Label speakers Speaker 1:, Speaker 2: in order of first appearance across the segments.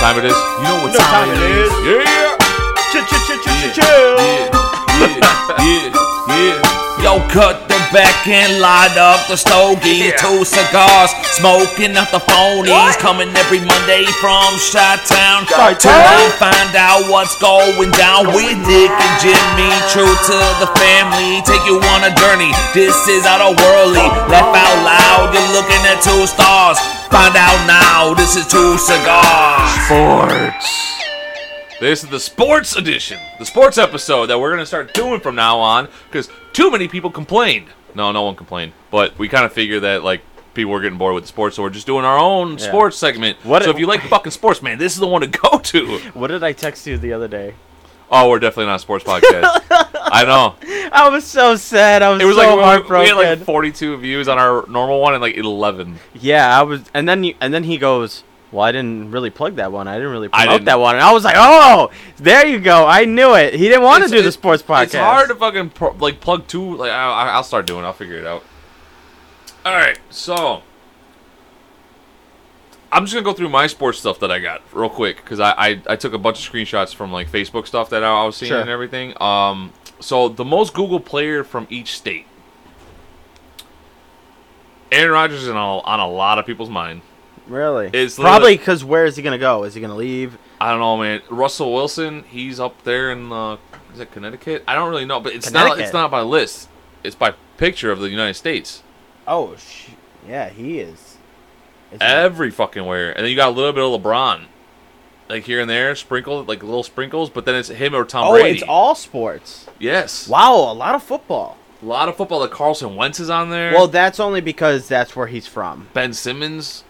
Speaker 1: time it is?
Speaker 2: You know what
Speaker 3: You know
Speaker 2: time, it is?
Speaker 1: Yeah.
Speaker 3: Chill, chill, chill, chill, chill, chill.
Speaker 2: Yeah, yeah, yeah.
Speaker 4: Yo, cut the back and light up the stogie. Two cigars, smoking out the phonies. Coming every Monday from Chi-Town. Chi-Town. Find out what's going down with Dick and Jimmy. True to the family, take you on a journey. This is out of worldly. Laugh out loud, you're looking at two stars. Find out now, this is two cigars.
Speaker 1: Sports. This is the sports edition, the sports episode that we're gonna start doing from now on because too many people complained. No, no one complained, but we kind of figure that like people were getting bored with the sports, so we're just doing our own sports segment.
Speaker 3: What
Speaker 1: so
Speaker 3: it-
Speaker 1: if you like fucking sports, man, this is the one to go to.
Speaker 3: What did I text you the other day?
Speaker 1: Oh, we're definitely not a sports podcast. I know.
Speaker 3: I was so sad. I was,
Speaker 1: It was
Speaker 3: so
Speaker 1: like we- we
Speaker 3: heartbroken.
Speaker 1: had like 42 views on our normal one and like 11.
Speaker 3: yeah, I was, and then you, and then he goes, "Well, I didn't really plug that one. I didn't really
Speaker 1: I
Speaker 3: promote
Speaker 1: didn't.
Speaker 3: that one." And I was like, "Oh, there you go. I knew it. He didn't want to
Speaker 1: It's-
Speaker 3: do the
Speaker 1: it-
Speaker 3: sports podcast.
Speaker 1: It's hard to fucking pro- like plug two. Like I, I- I'll start doing. it. I'll figure it out. All right, so I'm just gonna go through my sports stuff that I got real quick because I, I I took a bunch of screenshots from like Facebook stuff that I, I was seeing
Speaker 3: Sure.
Speaker 1: and everything. Um, so the most Google player from each state. Aaron Rodgers is on a, on a lot of people's mind.
Speaker 3: really.
Speaker 1: It's
Speaker 3: probably
Speaker 1: literally-
Speaker 3: because where is he gonna go? Is he gonna leave?
Speaker 1: I don't know, man. Russell Wilson, he's up there in uh, is it Connecticut? I don't really know, but it's not
Speaker 3: Connecticut.
Speaker 1: it's not by list. It's by picture of the United States.
Speaker 3: Oh, sh- yeah, he is. Is he-
Speaker 1: Every fucking where. And then you got a little bit of LeBron. Like here and there, sprinkled like little sprinkles, but then it's him or Tom
Speaker 3: oh,
Speaker 1: Brady.
Speaker 3: it's all sports.
Speaker 1: yes.
Speaker 3: Wow, a lot of football.
Speaker 1: A lot of football. The Carlson Wentz is on there.
Speaker 3: Well, that's only because that's where he's from.
Speaker 1: Ben Simmons.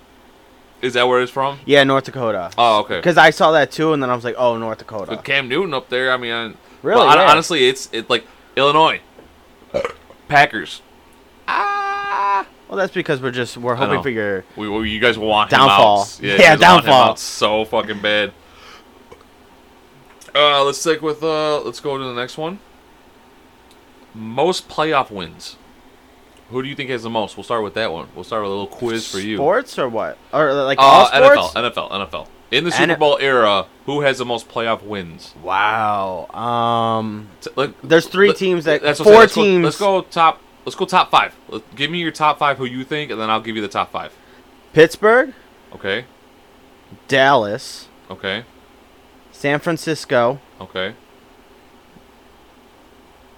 Speaker 1: Is that where it's from?
Speaker 3: Yeah, North Dakota.
Speaker 1: Oh, okay.
Speaker 3: Because I saw that too, and then I was like, "Oh, North Dakota."
Speaker 1: But Cam Newton up there. I mean, I,
Speaker 3: Really,
Speaker 1: but I-
Speaker 3: yeah.
Speaker 1: honestly, it's it like Illinois, Packers.
Speaker 3: Well, that's because we're just we're
Speaker 1: know.
Speaker 3: hoping for your
Speaker 1: We, we you guys want
Speaker 3: Downfall.
Speaker 1: Him out. you
Speaker 3: Yeah,
Speaker 1: guys want him
Speaker 3: downfall.
Speaker 1: out so fucking bad. Uh, let's stick with uh, let's go to the next one. Most playoff wins. Who do you think has the most? We'll start with that one. We'll start with a little quiz for you.
Speaker 3: sports or what, or like
Speaker 1: Uh,
Speaker 3: all sports.
Speaker 1: NFL, NFL, NFL. In the Super
Speaker 3: N-
Speaker 1: Bowl era, who has the most playoff wins?
Speaker 3: Wow. Um,
Speaker 1: T- look-
Speaker 3: There's three
Speaker 1: look-
Speaker 3: teams that-
Speaker 1: what I'm saying.
Speaker 3: four
Speaker 1: let's
Speaker 3: teams.
Speaker 1: Go, let's go top. Let's go top five. Let- give me your top five who you think, and then I'll give you the top five.
Speaker 3: Pittsburgh,
Speaker 1: Okay.
Speaker 3: Dallas,
Speaker 1: Okay.
Speaker 3: San Francisco,
Speaker 1: Okay.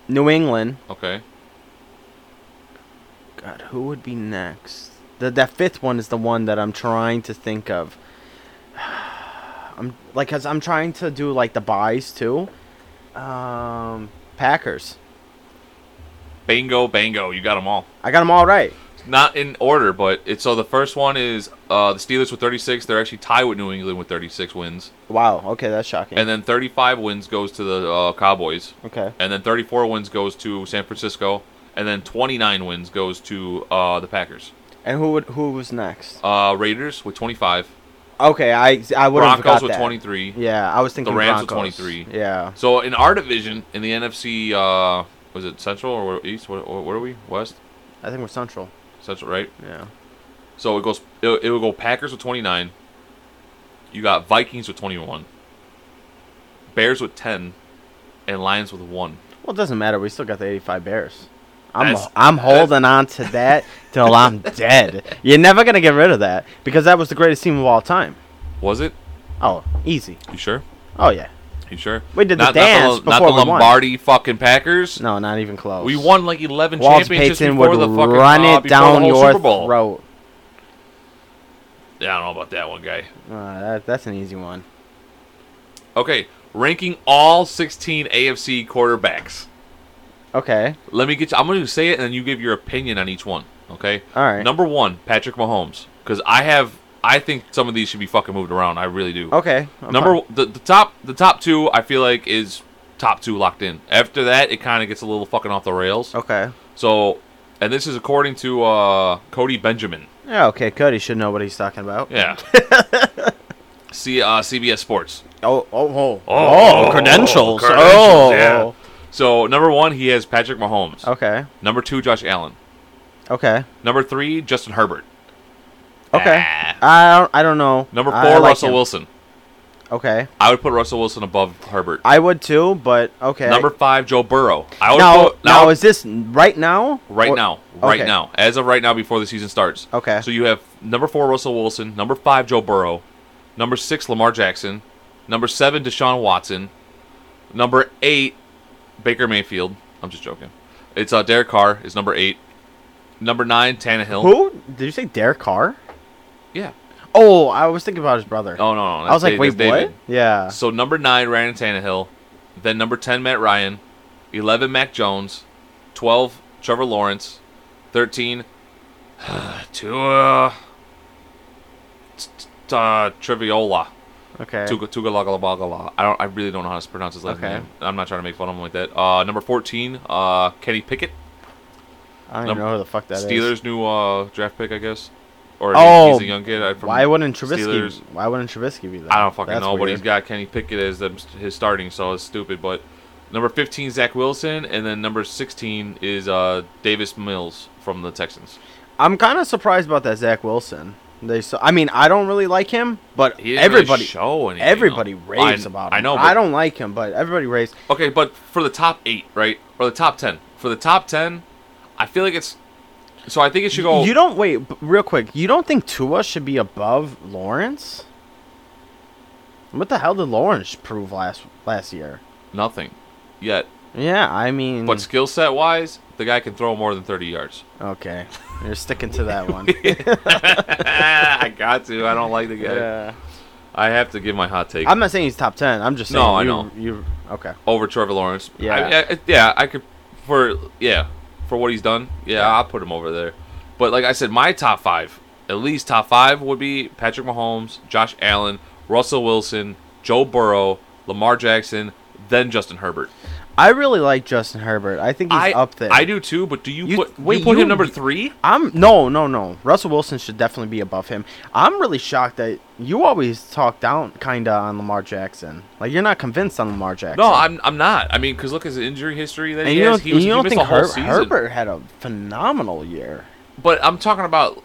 Speaker 3: New England.
Speaker 1: Okay.
Speaker 3: God, who would be next? The, that fifth one is the one that I'm trying to think of. I'm like, cause I'm trying to do like the buys too. Um, Packers.
Speaker 1: Bingo, bango. You got them all.
Speaker 3: I got them all right.
Speaker 1: Not in order, but it's so the first one is uh, the Steelers with 36. They're actually tied with New England with 36 wins.
Speaker 3: Wow. Okay, that's shocking.
Speaker 1: And then 35 wins goes to the uh, Cowboys.
Speaker 3: okay.
Speaker 1: And then 34 wins goes to San Francisco. And then 29 wins goes to uh, the Packers.
Speaker 3: And who would who was next?
Speaker 1: Uh, Raiders with 25.
Speaker 3: Okay, I I would have
Speaker 1: Broncos
Speaker 3: got
Speaker 1: with
Speaker 3: that.
Speaker 1: 23.
Speaker 3: Yeah, I was thinking
Speaker 1: Rams with
Speaker 3: Broncos.
Speaker 1: 23.
Speaker 3: Yeah.
Speaker 1: So in our division, in the NFC, uh, was it Central or East? Where, where are we? West?
Speaker 3: I think we're Central.
Speaker 1: Central, right?
Speaker 3: Yeah.
Speaker 1: So it goes. It, it will go Packers with 29. You got Vikings with 21. Bears with 10, and Lions with one.
Speaker 3: Well, it doesn't matter. We still got the 85 Bears. I'm
Speaker 1: That's-
Speaker 3: I'm holding on to that till I'm dead. You're never gonna get rid of that because that was the greatest team of all time.
Speaker 1: Was it?
Speaker 3: Oh, easy.
Speaker 1: You sure?
Speaker 3: Oh yeah.
Speaker 1: You sure?
Speaker 3: We did the
Speaker 1: not,
Speaker 3: dance
Speaker 1: Not the, not
Speaker 3: before
Speaker 1: the
Speaker 3: we won.
Speaker 1: Lombardi fucking Packers.
Speaker 3: No, not even close.
Speaker 1: We won like 11
Speaker 3: Walls
Speaker 1: championships
Speaker 3: Payton would
Speaker 1: before the fucking
Speaker 3: run
Speaker 1: uh,
Speaker 3: it
Speaker 1: before
Speaker 3: down
Speaker 1: the whole
Speaker 3: your
Speaker 1: Super Bowl.
Speaker 3: throat.
Speaker 1: Yeah, I don't know about that one, guy.
Speaker 3: Uh, that, that's an easy one.
Speaker 1: Okay, ranking all 16 AFC quarterbacks.
Speaker 3: Okay.
Speaker 1: Let me get you. I'm going to say it, and then you give your opinion on each one. Okay.
Speaker 3: All right.
Speaker 1: Number one, Patrick Mahomes, because I have. I think some of these should be fucking moved around. I really do.
Speaker 3: Okay. I'm
Speaker 1: Number
Speaker 3: fine.
Speaker 1: the, the top the top two I feel like is top two locked in. After that, it kind of gets a little fucking off the rails.
Speaker 3: Okay.
Speaker 1: So, and this is according to uh, Cody Benjamin.
Speaker 3: Yeah. Okay. Cody should know what he's talking about.
Speaker 1: Yeah. See uh, CBS Sports.
Speaker 3: Oh, oh, oh,
Speaker 1: Oh,
Speaker 3: credentials.
Speaker 1: credentials,
Speaker 3: Oh,
Speaker 1: yeah. So number one, he has Patrick Mahomes.
Speaker 3: okay,
Speaker 1: Number two, Josh Allen.
Speaker 3: okay,
Speaker 1: Number three, Justin Herbert.
Speaker 3: okay.
Speaker 1: Ah.
Speaker 3: I don't, I don't know.
Speaker 1: Number
Speaker 3: I
Speaker 1: four,
Speaker 3: like
Speaker 1: Russell
Speaker 3: him.
Speaker 1: Wilson.
Speaker 3: Okay.
Speaker 1: I would put Russell Wilson above Herbert.
Speaker 3: I would too, but okay.
Speaker 1: Number five, Joe Burrow. I would
Speaker 3: now,
Speaker 1: put,
Speaker 3: now
Speaker 1: now-
Speaker 3: is this right now?
Speaker 1: right
Speaker 3: Or-
Speaker 1: now, right
Speaker 3: okay.
Speaker 1: now, as of right now, before the season starts.
Speaker 3: Okay.
Speaker 1: So you have number four Russell Wilson, number five Joe Burrow, number six Lamar Jackson, number seven Deshaun Watson, number eight Baker Mayfield. I'm just joking. It's uh, Derek Carr is number eight. Number nine Tannehill.
Speaker 3: Who did you say? Derek Carr?
Speaker 1: Yeah.
Speaker 3: Oh, I was thinking about his brother.
Speaker 1: Oh no, no.
Speaker 3: I
Speaker 1: that's
Speaker 3: was like,
Speaker 1: Da-
Speaker 3: wait,
Speaker 1: that's David.
Speaker 3: what? Yeah.
Speaker 1: So number nine, Ryan Tannehill. Then number ten, Matt Ryan. Eleven, Mac Jones. Twelve, Trevor Lawrence. Thirteen, Tua. t- t- Uh, Triviola.
Speaker 3: Okay.
Speaker 1: Tuga Tuga Laga Laga Laga. I don't. I really don't know how to pronounce his last
Speaker 3: Okay.
Speaker 1: name. I'm not trying to make fun of him like that. Uh, number fourteen, uh, Kenny Pickett,
Speaker 3: I don't
Speaker 1: Number-
Speaker 3: even know who the fuck that is.
Speaker 1: Steelers' new uh draft pick, I guess. Or he-
Speaker 3: Oh,
Speaker 1: he's a young kid. I, from
Speaker 3: Why wouldn't Trubisky?
Speaker 1: Steelers.
Speaker 3: Why wouldn't Trubisky be there?
Speaker 1: I don't fucking
Speaker 3: That's
Speaker 1: know, but
Speaker 3: weird.
Speaker 1: he's got Kenny Pickett as the, his starting, so it's stupid. But number 15, Zach Wilson, and then number 16 is uh, Davis Mills from the Texans.
Speaker 3: I'm kind of surprised about that Zach Wilson. They, so, I mean, I don't really like him, but
Speaker 1: He didn't really
Speaker 3: everybody,
Speaker 1: show anything,
Speaker 3: everybody
Speaker 1: though.
Speaker 3: raves
Speaker 1: I-
Speaker 3: about him.
Speaker 1: I know, but-
Speaker 3: I don't like him, but everybody raves.
Speaker 1: Okay, but for the top eight, right? Or the top 10. For the top 10, I feel like it's. So I think it should go.
Speaker 3: You don't wait b- real quick. You don't think Tua should be above Lawrence? What the hell did Lawrence prove last last year?
Speaker 1: nothing yet.
Speaker 3: Yeah, I mean,
Speaker 1: But skill set wise, the guy can throw more than 30 yards.
Speaker 3: okay, you're sticking to that one.
Speaker 1: I got to. I don't like the guy.
Speaker 3: yeah.
Speaker 1: I have to give my hot take.
Speaker 3: I'm not saying he's top ten. I'm just saying
Speaker 1: No, I
Speaker 3: you-
Speaker 1: know.
Speaker 3: you. Okay,
Speaker 1: over Trevor Lawrence.
Speaker 3: Yeah.
Speaker 1: I, I, yeah, I could for yeah for what he's done. Yeah, I'll put him over there. But like I said, my top five, at least top five, would be Patrick Mahomes, Josh Allen, Russell Wilson, Joe Burrow, Lamar Jackson, then Justin Herbert.
Speaker 3: I really like Justin Herbert. I think he's
Speaker 1: I
Speaker 3: up there.
Speaker 1: I do too. But do you,
Speaker 3: You-
Speaker 1: put
Speaker 3: wait,
Speaker 1: you put
Speaker 3: you-
Speaker 1: him number three?
Speaker 3: I'm no, no, no. Russell Wilson should definitely be above him. I'm really shocked that you always talk down kinda on Lamar Jackson. Like you're not convinced on Lamar Jackson.
Speaker 1: No, I'm I'm not. I mean, because look at his injury history that
Speaker 3: And
Speaker 1: he
Speaker 3: you
Speaker 1: has.
Speaker 3: don't,
Speaker 1: He was
Speaker 3: you
Speaker 1: he
Speaker 3: don't
Speaker 1: missed
Speaker 3: think
Speaker 1: the whole
Speaker 3: Her-
Speaker 1: season.
Speaker 3: Herbert had a phenomenal year?
Speaker 1: But I'm talking about.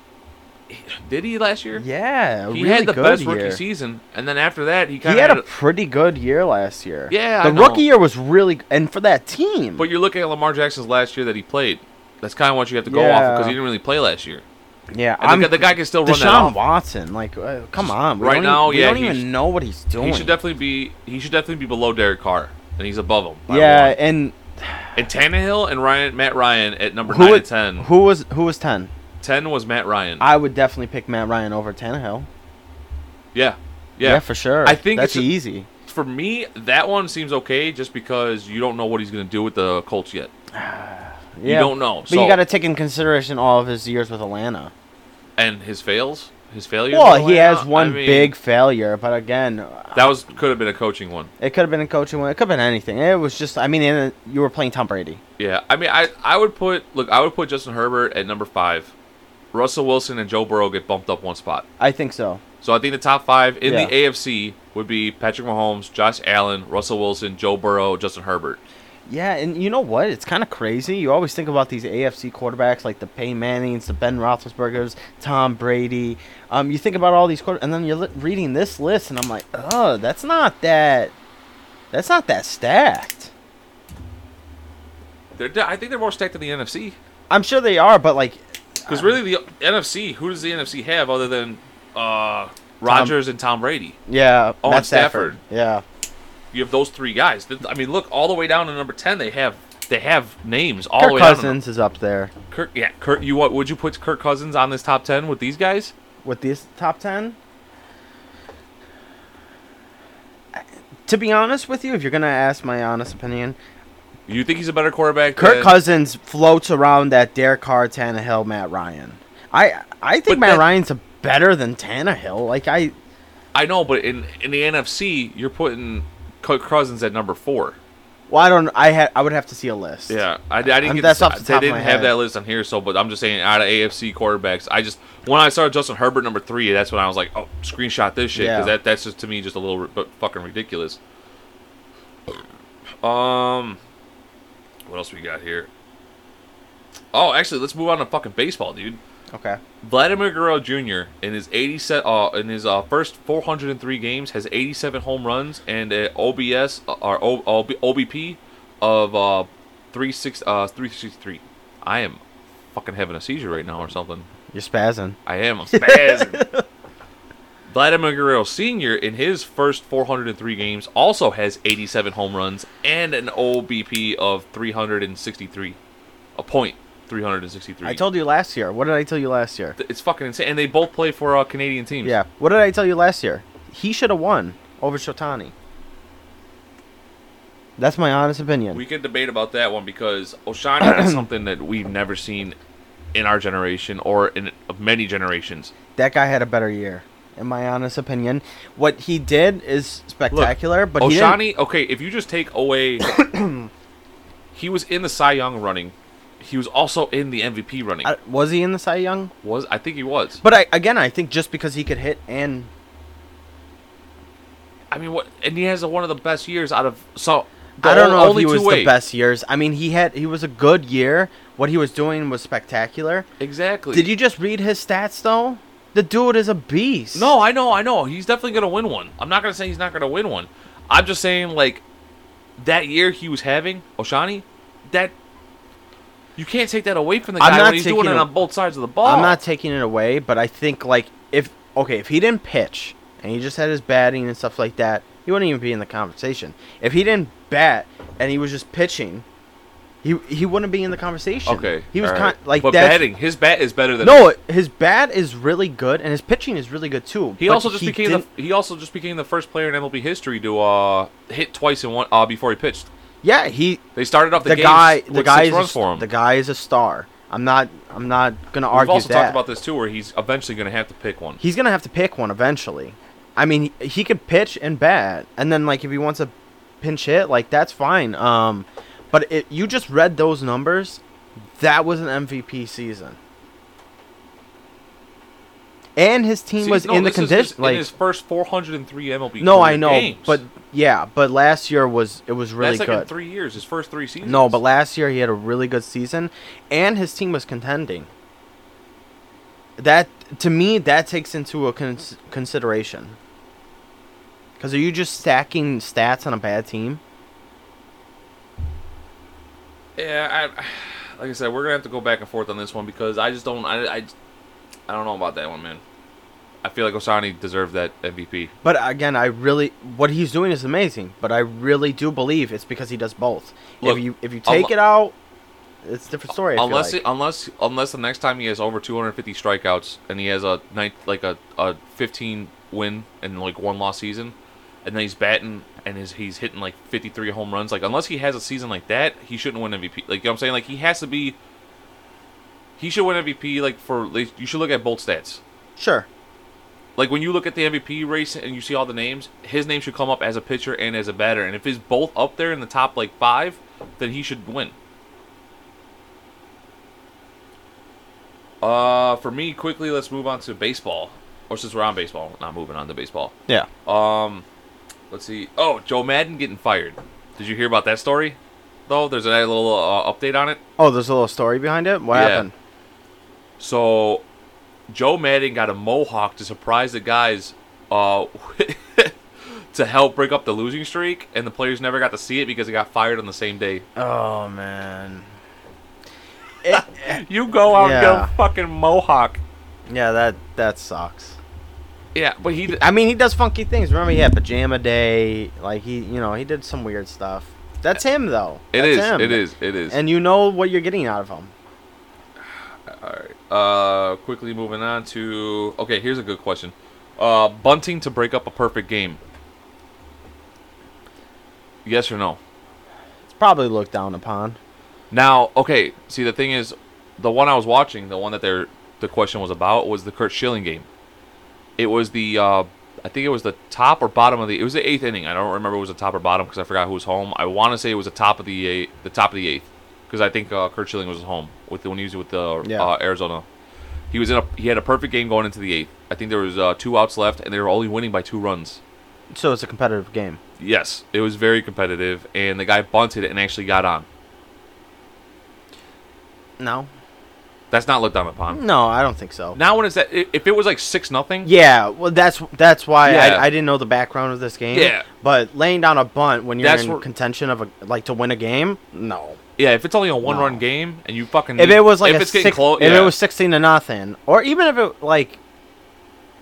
Speaker 1: Did he last year?
Speaker 3: Yeah, a
Speaker 1: He
Speaker 3: really
Speaker 1: had the
Speaker 3: good
Speaker 1: best
Speaker 3: year.
Speaker 1: rookie season, and then after that, he
Speaker 3: He
Speaker 1: kind of
Speaker 3: had a pretty good year last year.
Speaker 1: Yeah,
Speaker 3: the
Speaker 1: I know.
Speaker 3: rookie year was really, and for that team.
Speaker 1: But you're looking at Lamar Jackson's last year that he played. That's kind of what you have to go off
Speaker 3: Yeah.
Speaker 1: because he didn't really play last year.
Speaker 3: yeah,
Speaker 1: And
Speaker 3: I'm
Speaker 1: the, guy- the guy can still run that
Speaker 3: Deshaun
Speaker 1: off.
Speaker 3: Watson. Like, uh, come on, we
Speaker 1: Right
Speaker 3: don't
Speaker 1: now,
Speaker 3: even, we
Speaker 1: yeah,
Speaker 3: don't
Speaker 1: he
Speaker 3: even
Speaker 1: sh-
Speaker 3: know what he's doing.
Speaker 1: He should definitely be. He should definitely be below Derek Carr, and he's above him. by
Speaker 3: yeah,
Speaker 1: one.
Speaker 3: and
Speaker 1: And Tannehill and Ryan, Matt Ryan at number
Speaker 3: who
Speaker 1: nine
Speaker 3: was
Speaker 1: and ten.
Speaker 3: who was who was ten?
Speaker 1: ten was Matt Ryan.
Speaker 3: I would definitely pick Matt Ryan over Tannehill.
Speaker 1: yeah,
Speaker 3: Yeah,
Speaker 1: yeah.
Speaker 3: for sure.
Speaker 1: I think
Speaker 3: that's
Speaker 1: it's a-
Speaker 3: easy.
Speaker 1: For me, that one seems okay just because you don't know what he's going to do with the Colts yet.
Speaker 3: Yeah.
Speaker 1: don't know,
Speaker 3: But
Speaker 1: so-
Speaker 3: you got to take in consideration all of his years with Atlanta.
Speaker 1: And his fails, his failures.
Speaker 3: Well,
Speaker 1: in
Speaker 3: he
Speaker 1: Atlanta,
Speaker 3: has one
Speaker 1: I mean,
Speaker 3: big failure, but again,
Speaker 1: That was could have been a coaching one.
Speaker 3: it could have been a coaching one. It could have been anything. It was just, I mean, and you were playing Tom Brady.
Speaker 1: Yeah, I mean, I I would put look, I would put Justin Herbert at number five. Russell Wilson and Joe Burrow get bumped up one spot.
Speaker 3: I think so.
Speaker 1: So I think the top five in
Speaker 3: Yeah.
Speaker 1: the AFC would be Patrick Mahomes, Josh Allen, Russell Wilson, Joe Burrow, Justin Herbert.
Speaker 3: Yeah, and you know what? It's kind of crazy. You always think about these AFC quarterbacks like the Peyton Mannings, the Ben Roethlisbergers, Tom Brady. Um, you think about all these quarter, and then you're li- reading this list, and I'm like, oh, that's not that. That's not that stacked.
Speaker 1: They're de- I think they're more stacked in the NFC
Speaker 3: I'm sure they are, but like,
Speaker 1: because really the NFC. Who does the NFC have other than uh, Rodgers and Tom Brady?
Speaker 3: yeah,
Speaker 1: Oh,
Speaker 3: Matt
Speaker 1: and Stafford.
Speaker 3: Stafford. Yeah,
Speaker 1: You have those three guys. Th- I mean, look all the way down to number ten. They have they have names all the
Speaker 3: Kirk
Speaker 1: way down.
Speaker 3: Cousins is up there
Speaker 1: to- Kirk, yeah, Kirk. You what? Would you put Kirk Cousins on this top ten with these guys?
Speaker 3: with these top ten. To be honest with you, if you're gonna ask my honest opinion,
Speaker 1: You think he's a better quarterback?
Speaker 3: Kirk
Speaker 1: than-
Speaker 3: Cousins floats around that Derek Carr, Tannehill, Matt Ryan. I I think
Speaker 1: But
Speaker 3: Matt
Speaker 1: that-
Speaker 3: Ryan's a better than Tannehill. Like I
Speaker 1: I know, but in in the NFC, you're putting Kirk Cousins at number four.
Speaker 3: well, I don't. I had I would have to see a list.
Speaker 1: I, I didn't.
Speaker 3: Um,
Speaker 1: Get
Speaker 3: that's
Speaker 1: this-
Speaker 3: off the top
Speaker 1: they
Speaker 3: of
Speaker 1: didn't
Speaker 3: my
Speaker 1: have
Speaker 3: head.
Speaker 1: that list on here, so but I'm just saying out of AFC quarterbacks, I just when I saw Justin Herbert number three, that's when I was like, oh, screenshot this shit
Speaker 3: Yeah.
Speaker 1: because that that's just to me just a little ri- but fucking ridiculous. Um, what else we got here? Oh, actually, let's move on to fucking baseball, dude.
Speaker 3: Okay.
Speaker 1: Vladimir Guerrero Jr. in his 87 uh, in his uh, first 403 games has 87 home runs and a OBS uh, or O- OB- OBP of uh, 36 uh, 363. I am fucking having a seizure right now or something.
Speaker 3: You're spazzing.
Speaker 1: I am. I'm spazzing. Vladimir Guerrero Sr. in his first 403 games also has 87 home runs and an OBP of 363, a point 363.
Speaker 3: I told you last year. What did I tell you last year?
Speaker 1: Th- it's fucking insane, and they both play for uh, Canadian teams.
Speaker 3: Yeah. What did I tell you last year? He should have won over Shotani. That's my honest opinion.
Speaker 1: we could debate about that one because Oshani is something that we've never seen in our generation or in of many generations.
Speaker 3: that guy had a better year, in my honest opinion. What he did is spectacular, but he didn't-
Speaker 1: Oshani, okay, if you just take away, he was in the Cy Young running. He was also in the MVP running.
Speaker 3: I- was he in the Cy Young?
Speaker 1: was I think he was.
Speaker 3: But I, again, I think just because he could hit and
Speaker 1: I mean, what? And he has one of the best years out of so. the
Speaker 3: I don't know
Speaker 1: only
Speaker 3: if he
Speaker 1: two
Speaker 3: was
Speaker 1: ways.
Speaker 3: the best years. I mean, he had he was a good year. What he was doing was spectacular.
Speaker 1: Exactly.
Speaker 3: Did you just read his stats though? The dude is a beast.
Speaker 1: No, I know, I know. He's definitely gonna win one. I'm not gonna say he's not gonna win one. I'm just saying like that year he was having Oshani, that you can't take that away from the
Speaker 3: I'm
Speaker 1: guy
Speaker 3: not
Speaker 1: when he's doing
Speaker 3: taking
Speaker 1: it
Speaker 3: a-
Speaker 1: on both sides of the ball.
Speaker 3: I'm not taking it away, but I think like if okay, if he didn't pitch and he just had his batting and stuff like that, he wouldn't even be in the conversation. If he didn't bat and he was just pitching, he he wouldn't be in the conversation.
Speaker 1: okay.
Speaker 3: he was
Speaker 1: all
Speaker 3: kind
Speaker 1: right.
Speaker 3: like
Speaker 1: but
Speaker 3: that's-
Speaker 1: batting. His bat is better than
Speaker 3: No, his bat is really good and his pitching is really good too.
Speaker 1: He
Speaker 3: but
Speaker 1: also just became
Speaker 3: didn't-
Speaker 1: the he also just became the first player in MLB history to uh, hit twice in one uh, before he pitched.
Speaker 3: yeah he
Speaker 1: They started off the,
Speaker 3: the
Speaker 1: game
Speaker 3: guy
Speaker 1: with
Speaker 3: the guy
Speaker 1: six
Speaker 3: is
Speaker 1: runs
Speaker 3: a,
Speaker 1: for him.
Speaker 3: the guy is a star. I'm not I'm not gonna
Speaker 1: We've
Speaker 3: argue
Speaker 1: also
Speaker 3: that.
Speaker 1: talked about this too, where he's eventually going to have to pick one.
Speaker 3: he's gonna have to pick one eventually. I mean, he, he could pitch and bat, and then like if he wants a pinch hit, like that's fine. Um, but it, you just read those numbers. That was an MVP season, and his team
Speaker 1: See,
Speaker 3: was
Speaker 1: no,
Speaker 3: in the
Speaker 1: this is just
Speaker 3: condition
Speaker 1: in
Speaker 3: like
Speaker 1: his first 403 MLB.
Speaker 3: no,
Speaker 1: career
Speaker 3: I know,
Speaker 1: games.
Speaker 3: but yeah, but last year was it was really
Speaker 1: That's like in
Speaker 3: good.
Speaker 1: three years, his first three seasons.
Speaker 3: No, but last year he had a really good season, and his team was contending. That to me, that takes into a cons- consideration. Because are you just stacking stats on a bad team?
Speaker 1: yeah, I, like I said, we're gonna have to go back and forth on this one because I just don't, I, I, I don't know about that one, man. I feel like Osani deserved that MVP.
Speaker 3: But again, I really what he's doing is amazing. But I really do believe it's because he does both.
Speaker 1: Look,
Speaker 3: if you if you take
Speaker 1: unle-
Speaker 3: it out, it's a different story. I feel
Speaker 1: unless,
Speaker 3: like.
Speaker 1: it, unless, unless the next time he has over 250 strikeouts and he has a night like a, a 15 win and like one loss season, and then he's batting and his, he's hitting like 53 home runs. Like unless he has a season like that, he shouldn't win MVP. Like you know what I'm saying, like he has to be. He should win MVP. Like for like, you should look at both stats.
Speaker 3: sure,
Speaker 1: Like when you look at the MVP race and you see all the names, his name should come up as a pitcher and as a batter. And if he's both up there in the top like five, then he should win. Uh, for me, quickly, let's move on to baseball. Or since we're on baseball, we're not moving on to baseball.
Speaker 3: yeah.
Speaker 1: Um, let's see. Oh, Joe Madden getting fired. Did you hear about that story? Though there's a little uh, update on it.
Speaker 3: Oh, there's a little story behind it. What
Speaker 1: Yeah.
Speaker 3: happened?
Speaker 1: So, Joe Madden got a mohawk to surprise the guys uh, to help break up the losing streak, and the players never got to see it because he got fired on the same day.
Speaker 3: Oh man.
Speaker 1: You go out and
Speaker 3: Eh, Yeah.
Speaker 1: get a fucking mohawk.
Speaker 3: Yeah, that that sucks.
Speaker 1: Yeah, but he.
Speaker 3: I mean, he does funky things. Remember, he had pajama day. Like he, you know, he did some weird stuff. That's him, though.
Speaker 1: It
Speaker 3: That's
Speaker 1: is.
Speaker 3: him.
Speaker 1: It is. It is.
Speaker 3: And you know what you're getting out of him.
Speaker 1: Uh, quickly moving on to okay. Here's a good question. Uh, bunting to break up a perfect game. Yes or no?
Speaker 3: It's probably looked down upon.
Speaker 1: Now, okay, see the thing is, the one I was watching, the one that they're the question was about was the Kurt Schilling game. It was the uh, I think it was the top or bottom of the it was the eighth inning. I don't remember if it was the top or bottom because I forgot who was home. I want to say it was the top of the eight, the top of the eighth because I think uh, Kurt Schilling was home with the, when he was with the
Speaker 3: Yeah.
Speaker 1: uh, Arizona. He was in a he had a perfect game going into the eighth. I think there was uh, two outs left and they were only winning by two runs.
Speaker 3: So it's a competitive game.
Speaker 1: Yes, it was very competitive and the guy bunted and actually got on.
Speaker 3: No.
Speaker 1: That's not looked down upon.
Speaker 3: No, I don't think so.
Speaker 1: Now when it's that, i- if it was like six nothing,
Speaker 3: Yeah, well, that's that's why
Speaker 1: Yeah.
Speaker 3: I, I didn't know the background of this game.
Speaker 1: Yeah.
Speaker 3: but laying down a bunt when you're
Speaker 1: That's
Speaker 3: in
Speaker 1: where-
Speaker 3: contention of a like to win a game, no.
Speaker 1: yeah, if it's only a one run
Speaker 3: No.
Speaker 1: game and you fucking
Speaker 3: If
Speaker 1: need-
Speaker 3: it was like
Speaker 1: if
Speaker 3: a
Speaker 1: it's getting
Speaker 3: six-
Speaker 1: close,
Speaker 3: if
Speaker 1: yeah.
Speaker 3: it was sixteen to nothing, or even if it like,